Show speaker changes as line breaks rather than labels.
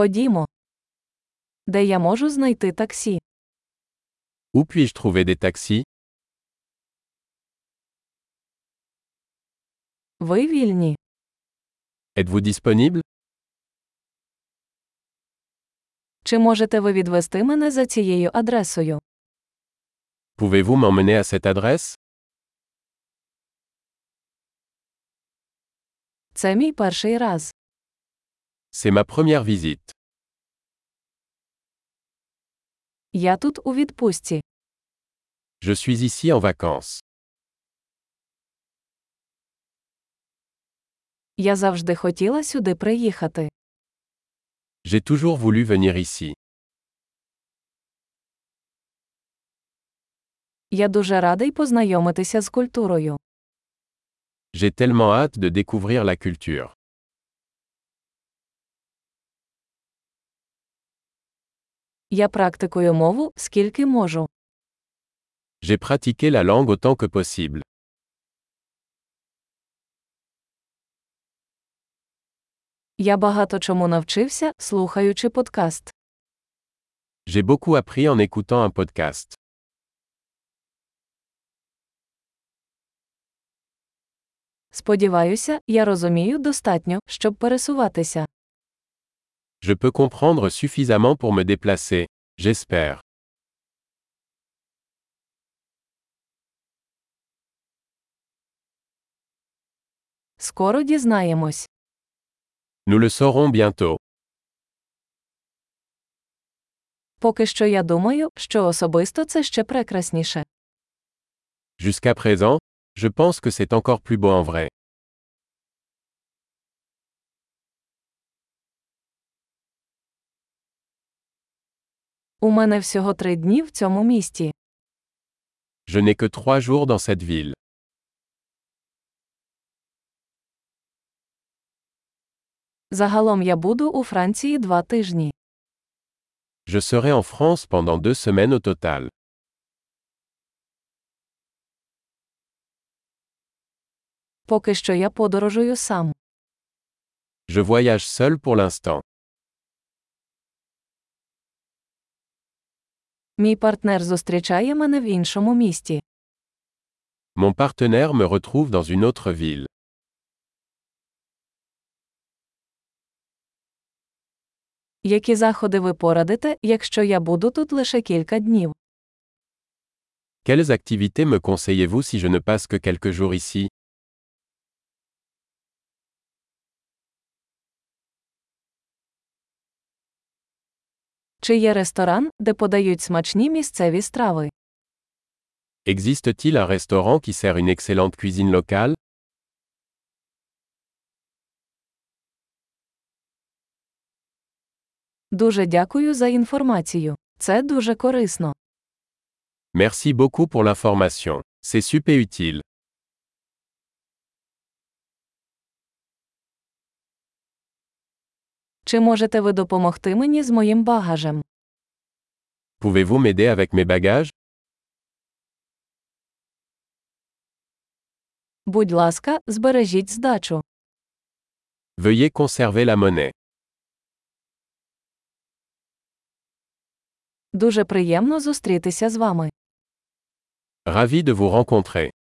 Ходімо. Де я можу знайти таксі?
Où puis-je trouver des taxis
Ви вільні?
Êtes-vous disponible
Чи можете ви відвести мене за цією адресою?
Pouvez-vous m'emmener à cette adresse
Це мій перший раз.
C'est ma première visite.
Я тут у відпустці.
Je suis ici en vacances.
Я завжди хотіла сюди приїхати.
J'ai toujours voulu venir ici.
Я дуже радий познайомитися з культурою.
J'ai tellement hâte de découvrir la culture.
Я практикую мову, скільки можу.
J'ai pratiqué la langue autant que possible.
Я багато чому навчився, слухаючи подкаст.
J'ai beaucoup appris en écoutant un podcast.
Сподіваюся, я розумію достатньо, щоб пересуватися.
Je peux comprendre suffisamment pour me déplacer. J'espère.
Скоро дізнаємось.
Nous le saurons bientôt.
Поки що я думаю, що особисто це ще прекрасніше.
Jusqu'à présent, je pense que c'est encore plus beau en vrai.
У мене всього три дні в цьому місті.
Je n'ai que trois jours dans cette ville.
Загалом я буду у Франції два тижні.
Je serai en France pendant deux semaines au total.
Поки що я подорожую сам.
Je voyage seul pour l'instant.
Мій партнер зустрічає мене в іншому місті.
Mon partenaire me retrouve dans une autre ville.
Які заходи ви порадите, якщо я буду тут лише кілька днів?
Quelles activités me conseillez-vous si je ne passe que quelques jours ici
Чи є ресторан, де подають смачні місцеві страви?
Existe-t-il un restaurant qui sert une excellente cuisine locale
Дуже дякую за інформацію. Це дуже корисно.
Merci beaucoup pour l'information. C'est super utile.
Чи можете ви допомогти мені з моїм багажем?
Pouvez-vous m'aider avec mes bagages
Будь ласка, збережіть здачу.
Veuillez conserver la monnaie.
Дуже приємно зустрітися з вами.
Ravi de vous rencontrer.